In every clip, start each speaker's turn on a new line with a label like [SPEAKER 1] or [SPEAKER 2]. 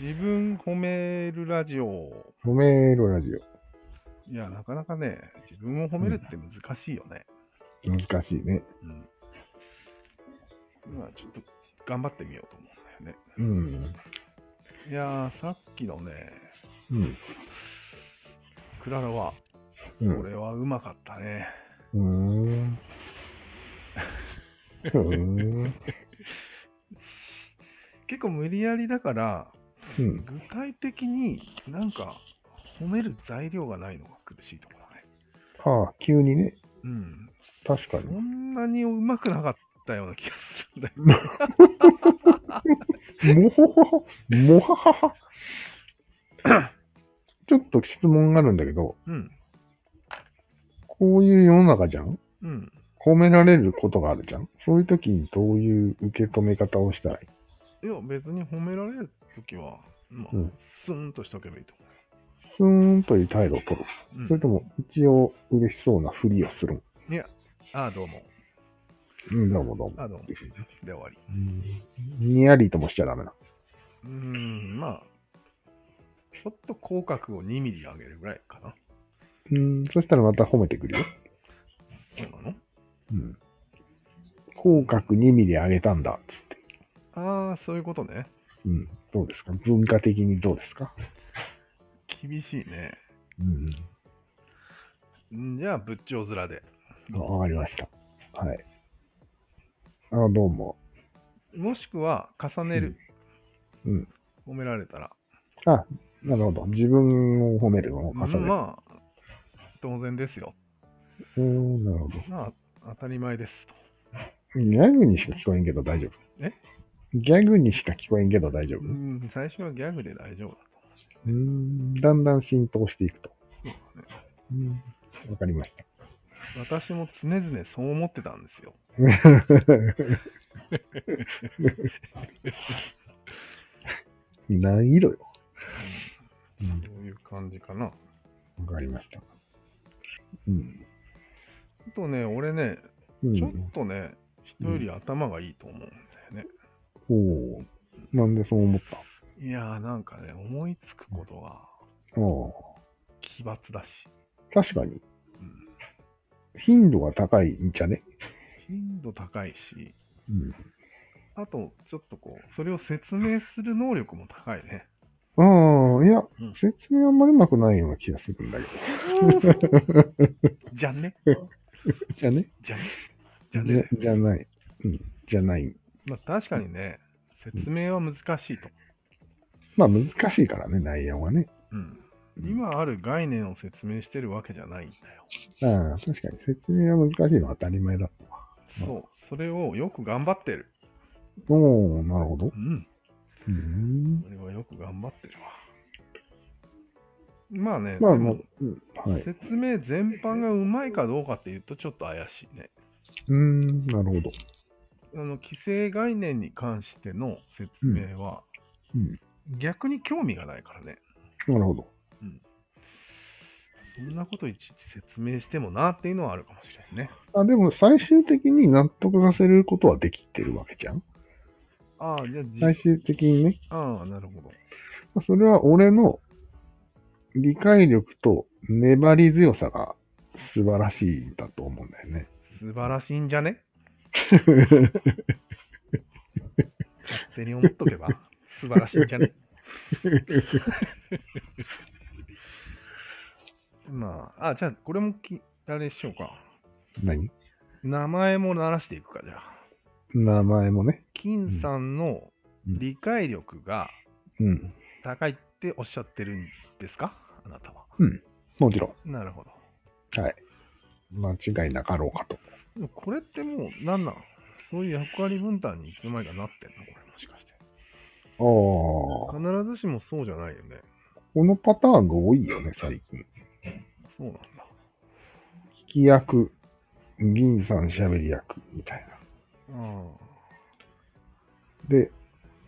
[SPEAKER 1] 自分褒めるラジオ。
[SPEAKER 2] 褒めるラジオ。
[SPEAKER 1] いや、なかなかね、自分を褒めるって難しいよね。
[SPEAKER 2] 難しいね。
[SPEAKER 1] うん。まあ、ちょっと頑張ってみようと思うんだよ
[SPEAKER 2] うん。
[SPEAKER 1] ね。いやー、さっきのね、
[SPEAKER 2] うん。
[SPEAKER 1] クララは、
[SPEAKER 2] う
[SPEAKER 1] こ
[SPEAKER 2] ん。
[SPEAKER 1] れはうまかったね。
[SPEAKER 2] うーん。うーん。
[SPEAKER 1] 結構無理やりだから、
[SPEAKER 2] うん。
[SPEAKER 1] 具体的になんか褒める材料がないのが苦しいところだね。
[SPEAKER 2] ああ、急にね。
[SPEAKER 1] うん。
[SPEAKER 2] 確
[SPEAKER 1] そ
[SPEAKER 2] かに。
[SPEAKER 1] んなにうまくなかったような気がするんだよね。
[SPEAKER 2] もほほほ。もははは。ちょっと質問があるんだけど、
[SPEAKER 1] うん。
[SPEAKER 2] こういう世の中じゃん
[SPEAKER 1] うん。
[SPEAKER 2] 褒められることがあるじゃんそういう時にどういう受け止め方をしたらいい
[SPEAKER 1] いや、別に褒められるときは、まあ、
[SPEAKER 2] うん
[SPEAKER 1] スーンとしとけばいいと思
[SPEAKER 2] スーンという態度を取る。
[SPEAKER 1] う。うん
[SPEAKER 2] それとも、一応嬉しそうなふりをする。
[SPEAKER 1] ああ、どうも。
[SPEAKER 2] うん、どうもどうも。
[SPEAKER 1] ああ、ど うも。で終わり。
[SPEAKER 2] にやりともしちゃダメな。
[SPEAKER 1] うーん、まあ、ちょっと口角を2ミリ上げるぐらいかな。
[SPEAKER 2] うん、そしたらまた褒めてくるよ。
[SPEAKER 1] そうなの
[SPEAKER 2] うん。口角2ミリ上げたんだ、つって。
[SPEAKER 1] ああ、そういうことね。
[SPEAKER 2] うん。どうですか文化的にどうですか
[SPEAKER 1] 厳しいね。
[SPEAKER 2] うん。
[SPEAKER 1] んじゃあ、仏頂面で。
[SPEAKER 2] あわかりました。はい。あ、どうも。
[SPEAKER 1] もしくは、重ねる。
[SPEAKER 2] うんうん
[SPEAKER 1] 褒められたら。
[SPEAKER 2] なるほど。自分を褒めるのを重ねる。
[SPEAKER 1] まあ、当然ですよ。
[SPEAKER 2] うん、なるほど。
[SPEAKER 1] まあ、当たり前ですと。
[SPEAKER 2] ギャグにしか聞こえんけど大丈夫。
[SPEAKER 1] え
[SPEAKER 2] ギャグにしか聞こえんけど大丈夫。
[SPEAKER 1] う、
[SPEAKER 2] うん
[SPEAKER 1] 最初はギャグで大丈夫だと思うし。
[SPEAKER 2] ーん。だんだん浸透していくと。
[SPEAKER 1] そうだね。
[SPEAKER 2] うん。わかりました。
[SPEAKER 1] 私も常々そう思ってたんですよ。
[SPEAKER 2] 難易度よ。
[SPEAKER 1] そういう感じかな。
[SPEAKER 2] わかりました。うん。
[SPEAKER 1] あとね、俺ね、
[SPEAKER 2] う
[SPEAKER 1] ちょ
[SPEAKER 2] ん
[SPEAKER 1] っ。とね、人より頭がいいと思うんだよね。
[SPEAKER 2] おお。なんでそう思っ
[SPEAKER 1] いやー、なんかね、思いつくことが
[SPEAKER 2] たあ
[SPEAKER 1] 奇抜だし、
[SPEAKER 2] あ。確かに。
[SPEAKER 1] うん、
[SPEAKER 2] 頻度が高いんじゃね。
[SPEAKER 1] 頻度高いし、
[SPEAKER 2] うん。
[SPEAKER 1] あと、ちょっとこう、それを説明する能力も高いね。
[SPEAKER 2] ああ、いや
[SPEAKER 1] うん、
[SPEAKER 2] 説明あんまりうまくないような気がするんだけど。
[SPEAKER 1] じゃんね。
[SPEAKER 2] じゃね。
[SPEAKER 1] じゃんね。じ
[SPEAKER 2] じ
[SPEAKER 1] ゃ
[SPEAKER 2] ゃ
[SPEAKER 1] んね。
[SPEAKER 2] じゃない。うん。じゃない。
[SPEAKER 1] まあ、確かにね、説明は難しいと。
[SPEAKER 2] まあ難しいからね、内容はね。
[SPEAKER 1] うん、今ある概念を説明してるわけじゃないんだよ。
[SPEAKER 2] ああ、確かに説明は難しいのは当たり前だったわ。
[SPEAKER 1] そう、それをよく頑張ってる。
[SPEAKER 2] おおなるほど。
[SPEAKER 1] うん。
[SPEAKER 2] うーん。
[SPEAKER 1] 俺はよく頑張ってるわ。まあね、
[SPEAKER 2] まあ
[SPEAKER 1] で
[SPEAKER 2] も
[SPEAKER 1] も
[SPEAKER 2] う、うん、はい。う
[SPEAKER 1] 説明全般がうまいかどうかっていうとちょっと怪しいね。
[SPEAKER 2] ーん、なるほど。
[SPEAKER 1] あの、規制概念に関しての説明は、
[SPEAKER 2] うん。
[SPEAKER 1] 逆に興味がないからね。
[SPEAKER 2] なるほど。
[SPEAKER 1] そんなこといちいち説明してもなっていうのはあるかもしれないね。
[SPEAKER 2] あ、でも最終的に納得させることはできてるわけじゃん
[SPEAKER 1] ああ、じゃあじ、
[SPEAKER 2] 最終的にね。
[SPEAKER 1] ああ、なるほど。
[SPEAKER 2] まあそれは俺の理解力と粘り強さが素晴らしいんだと思うんだよね。
[SPEAKER 1] 素晴らしいんじゃね 勝手に思っとけ ば素晴らしいんじゃねまあ、あ、じゃあこれもき、あれしようか。
[SPEAKER 2] 何
[SPEAKER 1] 名前も鳴らしていくか、じゃあ。
[SPEAKER 2] 名前もね。
[SPEAKER 1] 金さんの
[SPEAKER 2] うん
[SPEAKER 1] 理解力が
[SPEAKER 2] うん。
[SPEAKER 1] 高いっておっしゃってるんですかあなたは。
[SPEAKER 2] もちろ
[SPEAKER 1] なるほど。
[SPEAKER 2] ん。間違いなかろうかと。
[SPEAKER 1] でもこれってもう何なのそういう役割分担にいつの間にかなってんのこれもしかして。
[SPEAKER 2] ああ。
[SPEAKER 1] 必ずしもそうじゃないよね。
[SPEAKER 2] このパターンが多いよね、最近。
[SPEAKER 1] そうなんだ。
[SPEAKER 2] 聞き役、銀さん喋り役みたいな。
[SPEAKER 1] あ
[SPEAKER 2] で、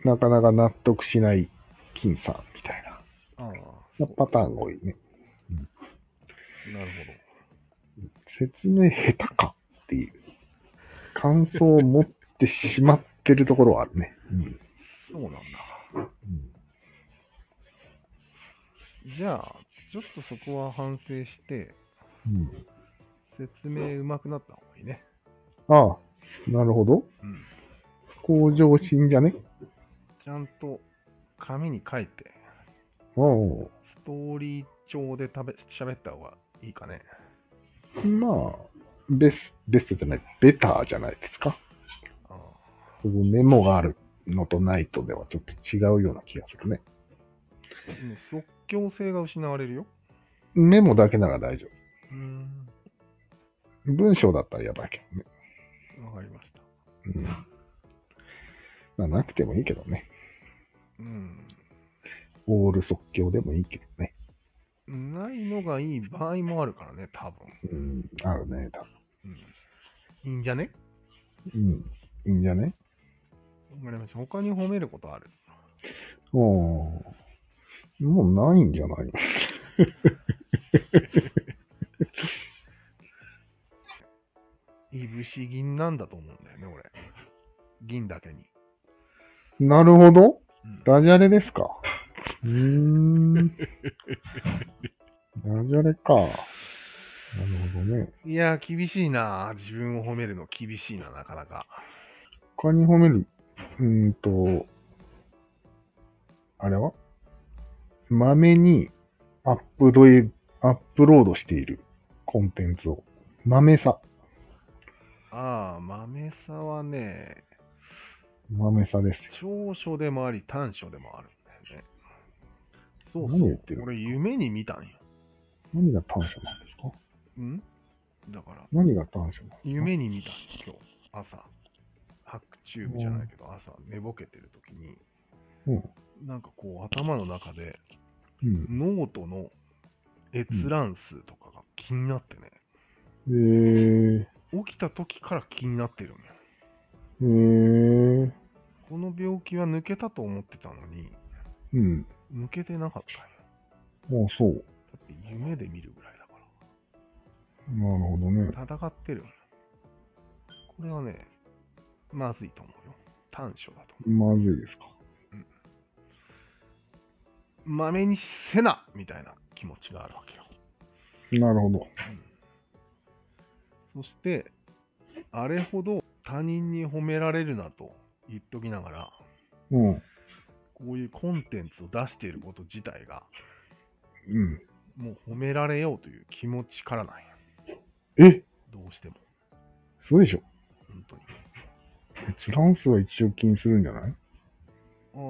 [SPEAKER 2] なかなか納得しない金さんみたいな。
[SPEAKER 1] あ。ああ。
[SPEAKER 2] そのパターンが多いね。
[SPEAKER 1] なる
[SPEAKER 2] 説明下手かっていう感想を持ってしまってるところはあるね。うん
[SPEAKER 1] ほど。そうなんだ。じゃあ、ちょっとそこは反省して、
[SPEAKER 2] うん。
[SPEAKER 1] 説明うまくなった方がいいね。
[SPEAKER 2] ああ、なるほど。
[SPEAKER 1] うん。
[SPEAKER 2] 向上心じゃね。
[SPEAKER 1] ちゃんと紙に書いて、
[SPEAKER 2] ああ、
[SPEAKER 1] ストーリー調で食べ喋った方がいいかね。
[SPEAKER 2] まあ、ベス、ベストじゃない、ベターじゃないですか。
[SPEAKER 1] ああ
[SPEAKER 2] こうメモがあるのとないとではちょっと違うような気がするね。
[SPEAKER 1] ね即興性が失われるよ。
[SPEAKER 2] メモだけなら大丈
[SPEAKER 1] うーん。
[SPEAKER 2] 夫。文章だったらやばいけどね。
[SPEAKER 1] わかりました。
[SPEAKER 2] うん。まあ、なくてもいいけどね。
[SPEAKER 1] うん。
[SPEAKER 2] オール即興でもいいけどね。
[SPEAKER 1] ないのがいい場合もあるからね、多分。
[SPEAKER 2] うん、あるね、多
[SPEAKER 1] うん。いいんじゃね
[SPEAKER 2] 分。うん。いいんじゃね
[SPEAKER 1] わかりました。他に褒めることある。
[SPEAKER 2] ああ。もうないんじゃない の
[SPEAKER 1] いぶし銀なんだと思うんだよね、俺。銀だけに。
[SPEAKER 2] なるほど。
[SPEAKER 1] うん
[SPEAKER 2] ダジャレですか。うーん。ダジャレか。なるほどね。
[SPEAKER 1] いやー、厳しいな。自分を褒めるの厳しいな、なかなか。
[SPEAKER 2] 他に褒める。うーんと、あれはまめにアップロイアップロードしているコンテンツを。まめさ。
[SPEAKER 1] ああ、豆さはね、
[SPEAKER 2] まめさですよ。
[SPEAKER 1] 長所でもあり短所でもあるんだよね。そう
[SPEAKER 2] 何を言っ
[SPEAKER 1] そ
[SPEAKER 2] て
[SPEAKER 1] う。
[SPEAKER 2] る
[SPEAKER 1] 俺、夢に見たんよ。
[SPEAKER 2] 何が短所なんですか
[SPEAKER 1] んだから、
[SPEAKER 2] 何が短所なんですか
[SPEAKER 1] 夢に見たんよ、今日、朝。ハックチューブじゃないけど、朝、寝ぼけてる時に、
[SPEAKER 2] うん
[SPEAKER 1] なんかこう、頭の中で、
[SPEAKER 2] うん。
[SPEAKER 1] ノートの閲覧数とかが気になってね、
[SPEAKER 2] えー、
[SPEAKER 1] 起きた時から気になってるんよ。
[SPEAKER 2] えー、
[SPEAKER 1] この病気は抜けたと思ってたのに、
[SPEAKER 2] うん。
[SPEAKER 1] 抜けてなかったんよ。
[SPEAKER 2] ああ、そう。
[SPEAKER 1] だって夢で見るぐらいだか
[SPEAKER 2] なるほどね。
[SPEAKER 1] ら。戦ってるんよ。これはね、まずいと思うよ。短所だと思
[SPEAKER 2] まずいですか。
[SPEAKER 1] う。まめにせなみたいな気持ちがあるわけよ。
[SPEAKER 2] なるほど。
[SPEAKER 1] そして、あれほど他人に褒められるなと言っときながら、
[SPEAKER 2] うん。
[SPEAKER 1] こういうコンテンツを出していること自体が、
[SPEAKER 2] うん。
[SPEAKER 1] もう褒められようという気持ちからなんや。
[SPEAKER 2] え
[SPEAKER 1] どうしても。
[SPEAKER 2] そうでしょ
[SPEAKER 1] 本当に。
[SPEAKER 2] 閲覧数は一応気にするんじゃな
[SPEAKER 1] あ
[SPEAKER 2] い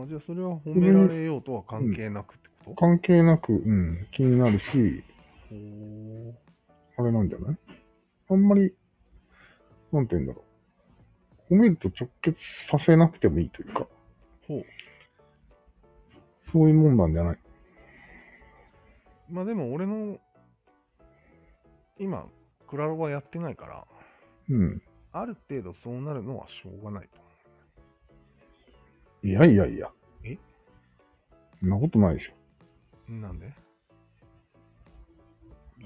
[SPEAKER 1] あ、じゃあそれは褒められようとは関係なくってこと、
[SPEAKER 2] 関係なく、うん、気になるし、
[SPEAKER 1] ほ
[SPEAKER 2] あれなんじゃないあんまり、なんて言うんだろう。褒めると直結させなくてもいいというか、
[SPEAKER 1] うほう。
[SPEAKER 2] そういうもんなんじゃない
[SPEAKER 1] まあでも俺の、今、クラロワやってないから、
[SPEAKER 2] うん。
[SPEAKER 1] ある程度そうなるのはしょうがないと。
[SPEAKER 2] いやいやいや。
[SPEAKER 1] え
[SPEAKER 2] そんなことないでしょ。
[SPEAKER 1] なんで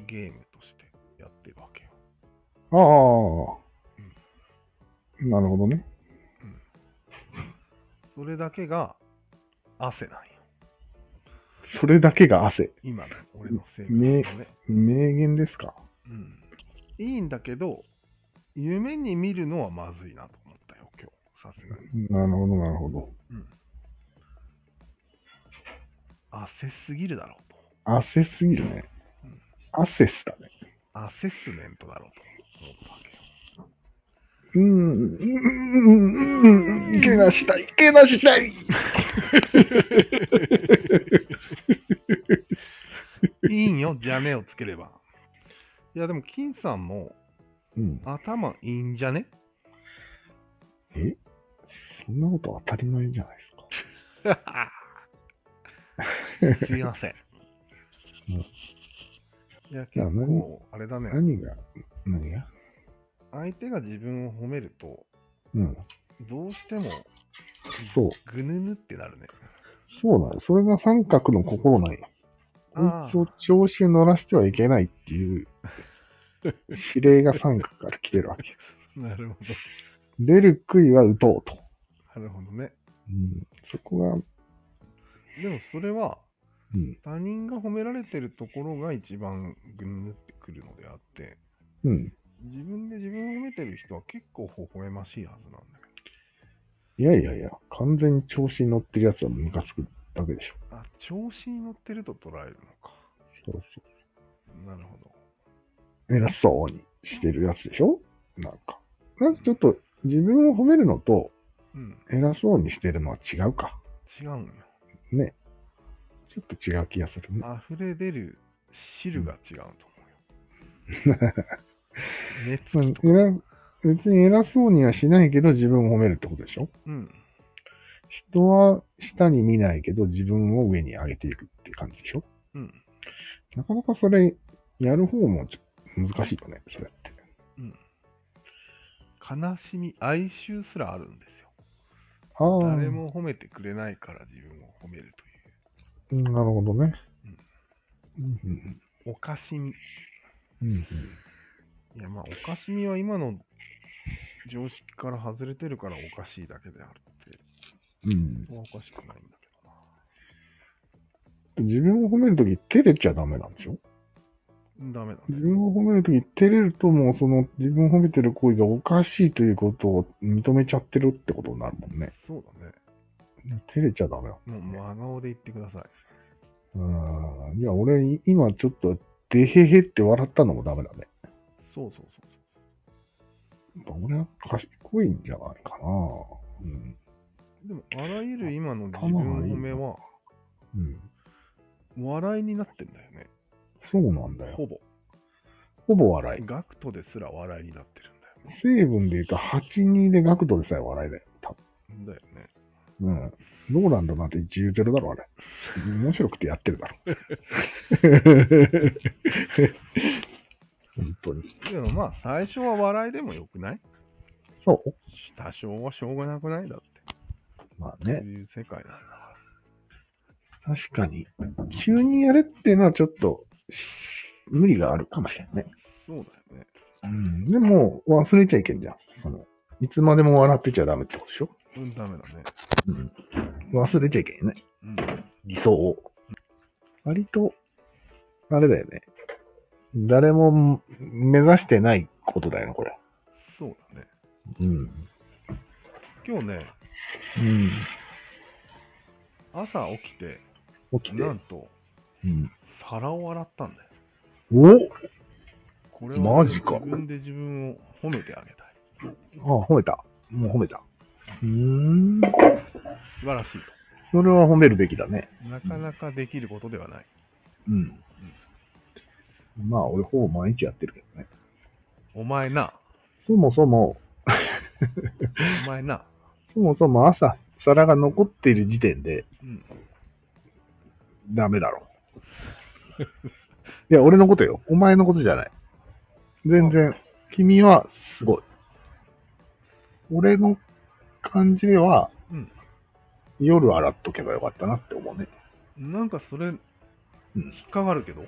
[SPEAKER 1] ゲームとしてやってるわけよ。
[SPEAKER 2] ああ、なるほどね。
[SPEAKER 1] それだけが汗なんよ。
[SPEAKER 2] それだけが汗。
[SPEAKER 1] 今の俺の生活の
[SPEAKER 2] ね
[SPEAKER 1] ね
[SPEAKER 2] 名言ですか
[SPEAKER 1] うんいいんだけど、夢に見るのはまずいなと思ったよ、今日。さすがに。
[SPEAKER 2] なるほど、なるほど。
[SPEAKER 1] うん。焦すぎるだろうと。
[SPEAKER 2] 汗すぎるね。汗っすだね。
[SPEAKER 1] アセスメントだろうと思ったわけよ。
[SPEAKER 2] うーん、うーん、うーん、怪我したい、怪我したい。
[SPEAKER 1] いい んよ、じゃねをつければ。いや、でも、金さんも
[SPEAKER 2] うん、
[SPEAKER 1] 頭いいんじゃね
[SPEAKER 2] そんなこと当たり前じゃないですか。
[SPEAKER 1] すいません。
[SPEAKER 2] う
[SPEAKER 1] い
[SPEAKER 2] ん
[SPEAKER 1] や、
[SPEAKER 2] いや
[SPEAKER 1] 結構、あれだね。
[SPEAKER 2] 何が、何が
[SPEAKER 1] 相手が自分を褒めると、
[SPEAKER 2] うん。
[SPEAKER 1] どうしても、
[SPEAKER 2] そう。
[SPEAKER 1] ぐぬぬってなるね。
[SPEAKER 2] そうなの。それが三角の心なんよ。
[SPEAKER 1] ああ
[SPEAKER 2] こいつを調子に乗らしてはいけないっていう、指令が三角から来てるわけ。
[SPEAKER 1] なるほど。
[SPEAKER 2] 出る杭は打とうと。
[SPEAKER 1] なるほどね。
[SPEAKER 2] うん、そこが、
[SPEAKER 1] でもそれは、
[SPEAKER 2] ううん。
[SPEAKER 1] 他人が褒められてるところが一番ぐぬってくるのであって、
[SPEAKER 2] うん。
[SPEAKER 1] 自分で自分を褒めてる人は結構微笑ましいはずなんだけ
[SPEAKER 2] いやいやいや、完全に調子に乗ってるやつはムカつくだけでし
[SPEAKER 1] ど。あ、調子に乗ってると捉えるのか。
[SPEAKER 2] ょ。そうそ
[SPEAKER 1] なるほど。
[SPEAKER 2] う。偉そうにしてるやつでしょなんか。なんかちょっと自分を褒めるのと
[SPEAKER 1] うん、
[SPEAKER 2] 偉そうにしてるのは違うか。
[SPEAKER 1] 違うんよ。
[SPEAKER 2] ちょっと違う気がするね。
[SPEAKER 1] 溢れ出る汁が違うと思うよ。
[SPEAKER 2] う
[SPEAKER 1] 熱
[SPEAKER 2] ん
[SPEAKER 1] 気とか。
[SPEAKER 2] 偉別に偉そうにはしないけど自分を褒めるってことでしょ
[SPEAKER 1] うん。
[SPEAKER 2] 人は下に見ないけど自分を上に上げていくっていう感じでしょ
[SPEAKER 1] うん。
[SPEAKER 2] なかなかそれ、やる方もちょ難しいよね、それって。
[SPEAKER 1] 悲しみ、哀愁すらあるんですよ。
[SPEAKER 2] ああ、
[SPEAKER 1] 誰も褒めてくれないから自分を褒める
[SPEAKER 2] うんなるほどね。うんうん
[SPEAKER 1] という。おかしみ。
[SPEAKER 2] うんうん
[SPEAKER 1] いや、まあ、おかしみは今の常識から外れてるからおかしいだけであるって、
[SPEAKER 2] うん
[SPEAKER 1] おかしくないんだけどな。
[SPEAKER 2] 自分を褒めるとき、照れちゃダメなんでしょ
[SPEAKER 1] ダメだ
[SPEAKER 2] 自
[SPEAKER 1] ね。
[SPEAKER 2] 分を褒めるとき、照れるともうその自分を褒めてる行為がおかしいということを認めちゃってるってことになるもんね。
[SPEAKER 1] そうだね。
[SPEAKER 2] 照れちゃダメだ。
[SPEAKER 1] もう真顔で言ってください。
[SPEAKER 2] うん。いや、俺、今ちょっと、でへへって笑ったのもダメだね。
[SPEAKER 1] そうそうそう
[SPEAKER 2] やっぱ俺は賢いんじゃないかな。うん。
[SPEAKER 1] そう。でも、あらゆる今の自分の褒めは、
[SPEAKER 2] うん。
[SPEAKER 1] 笑いになってんだよね。
[SPEAKER 2] そうなんだよ。
[SPEAKER 1] ほぼ。
[SPEAKER 2] ほぼ笑い。
[SPEAKER 1] ガクトですら笑いになってるんだよね。
[SPEAKER 2] 成分で言うと8-2で学童でさえ笑いだよ。多
[SPEAKER 1] だよね。
[SPEAKER 2] 分うん。ローランドなんて10-0だろ、あれ。面白くてやってるだろ。 本当に。
[SPEAKER 1] でもまあ、最初は笑いでもよくない
[SPEAKER 2] そう
[SPEAKER 1] 多少はしょうがなくないだって。
[SPEAKER 2] まあ
[SPEAKER 1] そう
[SPEAKER 2] ね。
[SPEAKER 1] いう世界なんだ。
[SPEAKER 2] 確かに。急にやれっていうのはちょっと、無理があるかもしれないね。
[SPEAKER 1] そうだよね。
[SPEAKER 2] うん。でも、忘れちゃいけんじゃん。その、いつまでも笑ってちゃダメってことでしょ
[SPEAKER 1] うん、ダメだね。
[SPEAKER 2] うん。忘れちゃいけんね。
[SPEAKER 1] うん。
[SPEAKER 2] 理想を。割と、あれだよね。誰も目指してないことだよね、これ。
[SPEAKER 1] そうだね。
[SPEAKER 2] うん。
[SPEAKER 1] 今日ね、
[SPEAKER 2] うん。
[SPEAKER 1] 朝起きて、
[SPEAKER 2] 起きて。
[SPEAKER 1] なんと、
[SPEAKER 2] うん、
[SPEAKER 1] 皿を洗ったんだよ。
[SPEAKER 2] お
[SPEAKER 1] これは
[SPEAKER 2] マジか
[SPEAKER 1] 自分で自分を褒めてあげたい。
[SPEAKER 2] あ、褒めた。もう褒めた。うーん。
[SPEAKER 1] 素晴らしい
[SPEAKER 2] それは褒めるべきだね。
[SPEAKER 1] と。なかなかできることではない。
[SPEAKER 2] うん。まあ、俺ほぼ毎日やってるけどね。
[SPEAKER 1] お前な、
[SPEAKER 2] そもそも、
[SPEAKER 1] お前な。
[SPEAKER 2] そもそも朝、皿が残っている時点で
[SPEAKER 1] うん。
[SPEAKER 2] ダメだろ。いや、俺のことよ。お前のことじゃない。全然、君はすごい。俺の感じでは、
[SPEAKER 1] うん
[SPEAKER 2] 夜洗っとけばよかったなって思うね。
[SPEAKER 1] なんかそれ、引
[SPEAKER 2] うん
[SPEAKER 1] っかかるけど、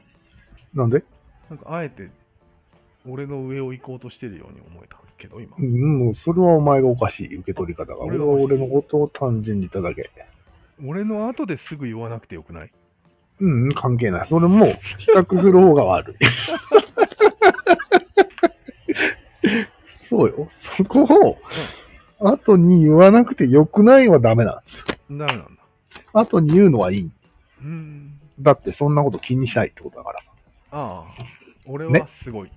[SPEAKER 2] なんで
[SPEAKER 1] なんかあえて、俺の上を行こうとしてるように思えたけど、今
[SPEAKER 2] う。ん、もうそれはお前がおかしい、受け取り方が。
[SPEAKER 1] 俺
[SPEAKER 2] 俺
[SPEAKER 1] がおかしい
[SPEAKER 2] は俺のことを単純に言っただけ。
[SPEAKER 1] 俺の後ですぐ言わなくてよくない
[SPEAKER 2] うん、うん関係ない。それも、比較する方が悪い。そうよ。そこを、後に言わなくてよくないはダメな
[SPEAKER 1] ダメなんだ。
[SPEAKER 2] の。後に言うのはいい。
[SPEAKER 1] うーん。
[SPEAKER 2] だってそんなこと気にしないってことだからさ。
[SPEAKER 1] ああ、俺
[SPEAKER 2] ね
[SPEAKER 1] はすごい。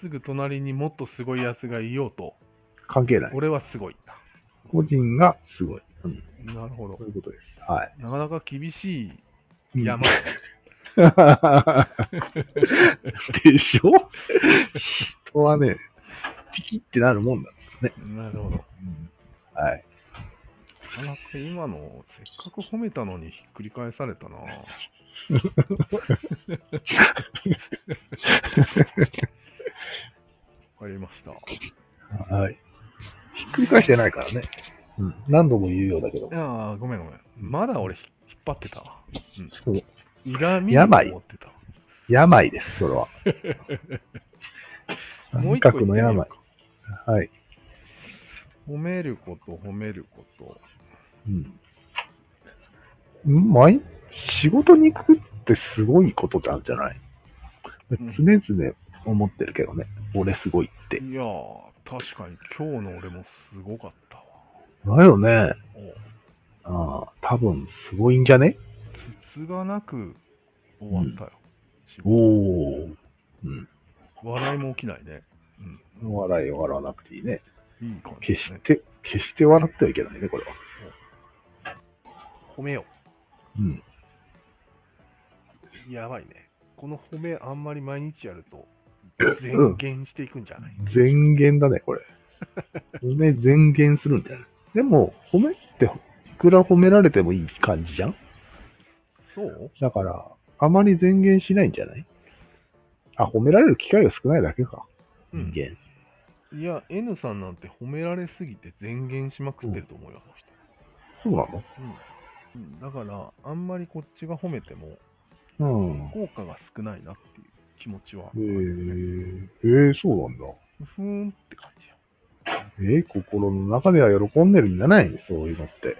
[SPEAKER 1] すぐ隣にもっとすごいやつがいようと、
[SPEAKER 2] 関係ない。
[SPEAKER 1] 俺はすごい。
[SPEAKER 2] 個人がすごい。うん、
[SPEAKER 1] なるほど
[SPEAKER 2] そ。ういうことです。はい。
[SPEAKER 1] なかなか厳し
[SPEAKER 2] うん
[SPEAKER 1] い山。
[SPEAKER 2] でしょ人はね、ピキってなるもんだ。
[SPEAKER 1] なるほど。
[SPEAKER 2] はい。
[SPEAKER 1] なかなか今の、せっかく褒めたのにひっくり返されたな。わかりました。
[SPEAKER 2] はい。ひっくり返してないからね。うん、何度も言うようだけど。
[SPEAKER 1] ああ、ごめんごめん。まだ俺ひ引っ張ってたわ。
[SPEAKER 2] そう
[SPEAKER 1] いがみ
[SPEAKER 2] やばい
[SPEAKER 1] 思ってたわ。
[SPEAKER 2] 病です、それは。
[SPEAKER 1] もう
[SPEAKER 2] 三
[SPEAKER 1] 一個
[SPEAKER 2] 角の
[SPEAKER 1] 言っ
[SPEAKER 2] 病
[SPEAKER 1] て。
[SPEAKER 2] はい。
[SPEAKER 1] みようか褒めること、褒めること。
[SPEAKER 2] うん、毎、仕事に行くってすごいことなんじゃない
[SPEAKER 1] ん
[SPEAKER 2] 常々思ってるけどね。俺すごいって。
[SPEAKER 1] いやー、確かに今日の俺もすごかったわ。
[SPEAKER 2] だよね。
[SPEAKER 1] お
[SPEAKER 2] ああ、多分すごいんじゃね
[SPEAKER 1] つつがなく終わったよ。仕
[SPEAKER 2] お
[SPEAKER 1] 事
[SPEAKER 2] お。
[SPEAKER 1] 笑いも起きないね。
[SPEAKER 2] 笑い笑わなくていいね。
[SPEAKER 1] いい感じ、
[SPEAKER 2] 決
[SPEAKER 1] ね。
[SPEAKER 2] して、決して笑ってはいけないね、これは。
[SPEAKER 1] 褒めよ
[SPEAKER 2] うん。
[SPEAKER 1] う。やばいね。この褒めあんまり毎日やると、
[SPEAKER 2] う
[SPEAKER 1] 全
[SPEAKER 2] ん
[SPEAKER 1] 減していくんじゃない、
[SPEAKER 2] 全言だね、これ。褒め全言するんだよ。でも、褒めって、いくら褒められてもいい感じじゃん
[SPEAKER 1] そう
[SPEAKER 2] だから、あまり前言しないんじゃないあ、褒められる機会が少ないだけか。
[SPEAKER 1] うん
[SPEAKER 2] 人間。
[SPEAKER 1] いや、N さんなんて褒められすぎて全減しまくってると思うよ、
[SPEAKER 2] そうな
[SPEAKER 1] あの人。うん。だから、あんまりこっちが褒めても、
[SPEAKER 2] のうん。
[SPEAKER 1] 効果が少ないなっていう気持ちは、
[SPEAKER 2] えー、えー、そうなんだ。
[SPEAKER 1] ふーんって感じよ。
[SPEAKER 2] えー、心の中では喜んでるんじゃないそういうのって。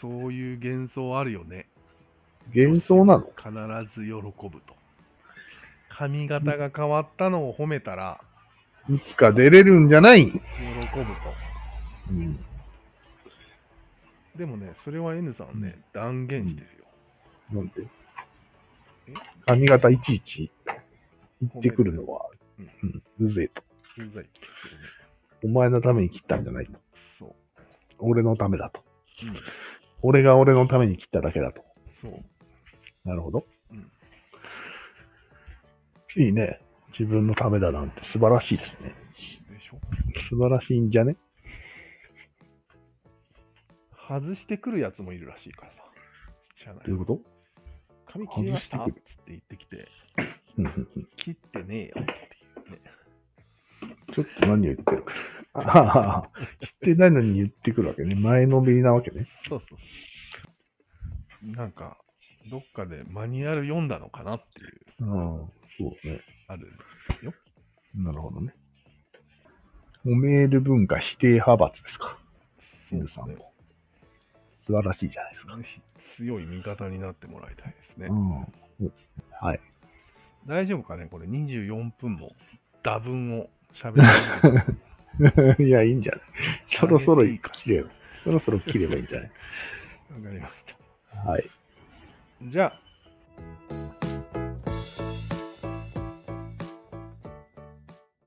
[SPEAKER 1] そういう幻想あるよね。
[SPEAKER 2] 幻想なの
[SPEAKER 1] 必ず喜ぶと。髪型が変わったのを褒めたら、
[SPEAKER 2] いつか出れるんじゃない
[SPEAKER 1] 喜ぶと。
[SPEAKER 2] うん。
[SPEAKER 1] でもね、それは N さんね、断言してるよ。
[SPEAKER 2] なんで
[SPEAKER 1] え
[SPEAKER 2] 髪型いちいち言ってくるのは、
[SPEAKER 1] う
[SPEAKER 2] うん、うぜえと。
[SPEAKER 1] うざいって
[SPEAKER 2] お前のために切ったんじゃないと。
[SPEAKER 1] 言ってるね。
[SPEAKER 2] 俺のためだと。
[SPEAKER 1] そう。うん。
[SPEAKER 2] 俺が俺のために切っただけだと。
[SPEAKER 1] そう。
[SPEAKER 2] なるほど。
[SPEAKER 1] うん
[SPEAKER 2] いいね。自分のためだなんて素晴らしいですね。
[SPEAKER 1] でしょ
[SPEAKER 2] 素晴らしいんじゃね
[SPEAKER 1] 外してくるやつもいるらしいからさ。知らな
[SPEAKER 2] という
[SPEAKER 1] い。
[SPEAKER 2] こと
[SPEAKER 1] 髪切りましたっつっ
[SPEAKER 2] 外して
[SPEAKER 1] て言ってきて、
[SPEAKER 2] うんうんうん
[SPEAKER 1] 切ってねえよっていうね。
[SPEAKER 2] ちょっと何を言ってるか。ああ、言ってないのに言ってくるわけね。前のめりなわけね。
[SPEAKER 1] そうそうそう。なんか、どっかでマニュアル読んだのかなっていう、
[SPEAKER 2] うん、そうね。
[SPEAKER 1] ある。
[SPEAKER 2] なるほどね。おメール文化否定派閥ですか。
[SPEAKER 1] そう
[SPEAKER 2] N さんも。素晴らしいじゃないですか。
[SPEAKER 1] ね。強い味方になってもらいたいですね。
[SPEAKER 2] うん。そうですねはい。
[SPEAKER 1] 大丈夫かねこれ24分も、打分を喋ってる
[SPEAKER 2] いや、いいんじゃないそろそろ切れば、そろそろ切ればいいんじゃない
[SPEAKER 1] わかりまし
[SPEAKER 2] はい。
[SPEAKER 1] た。じゃあ、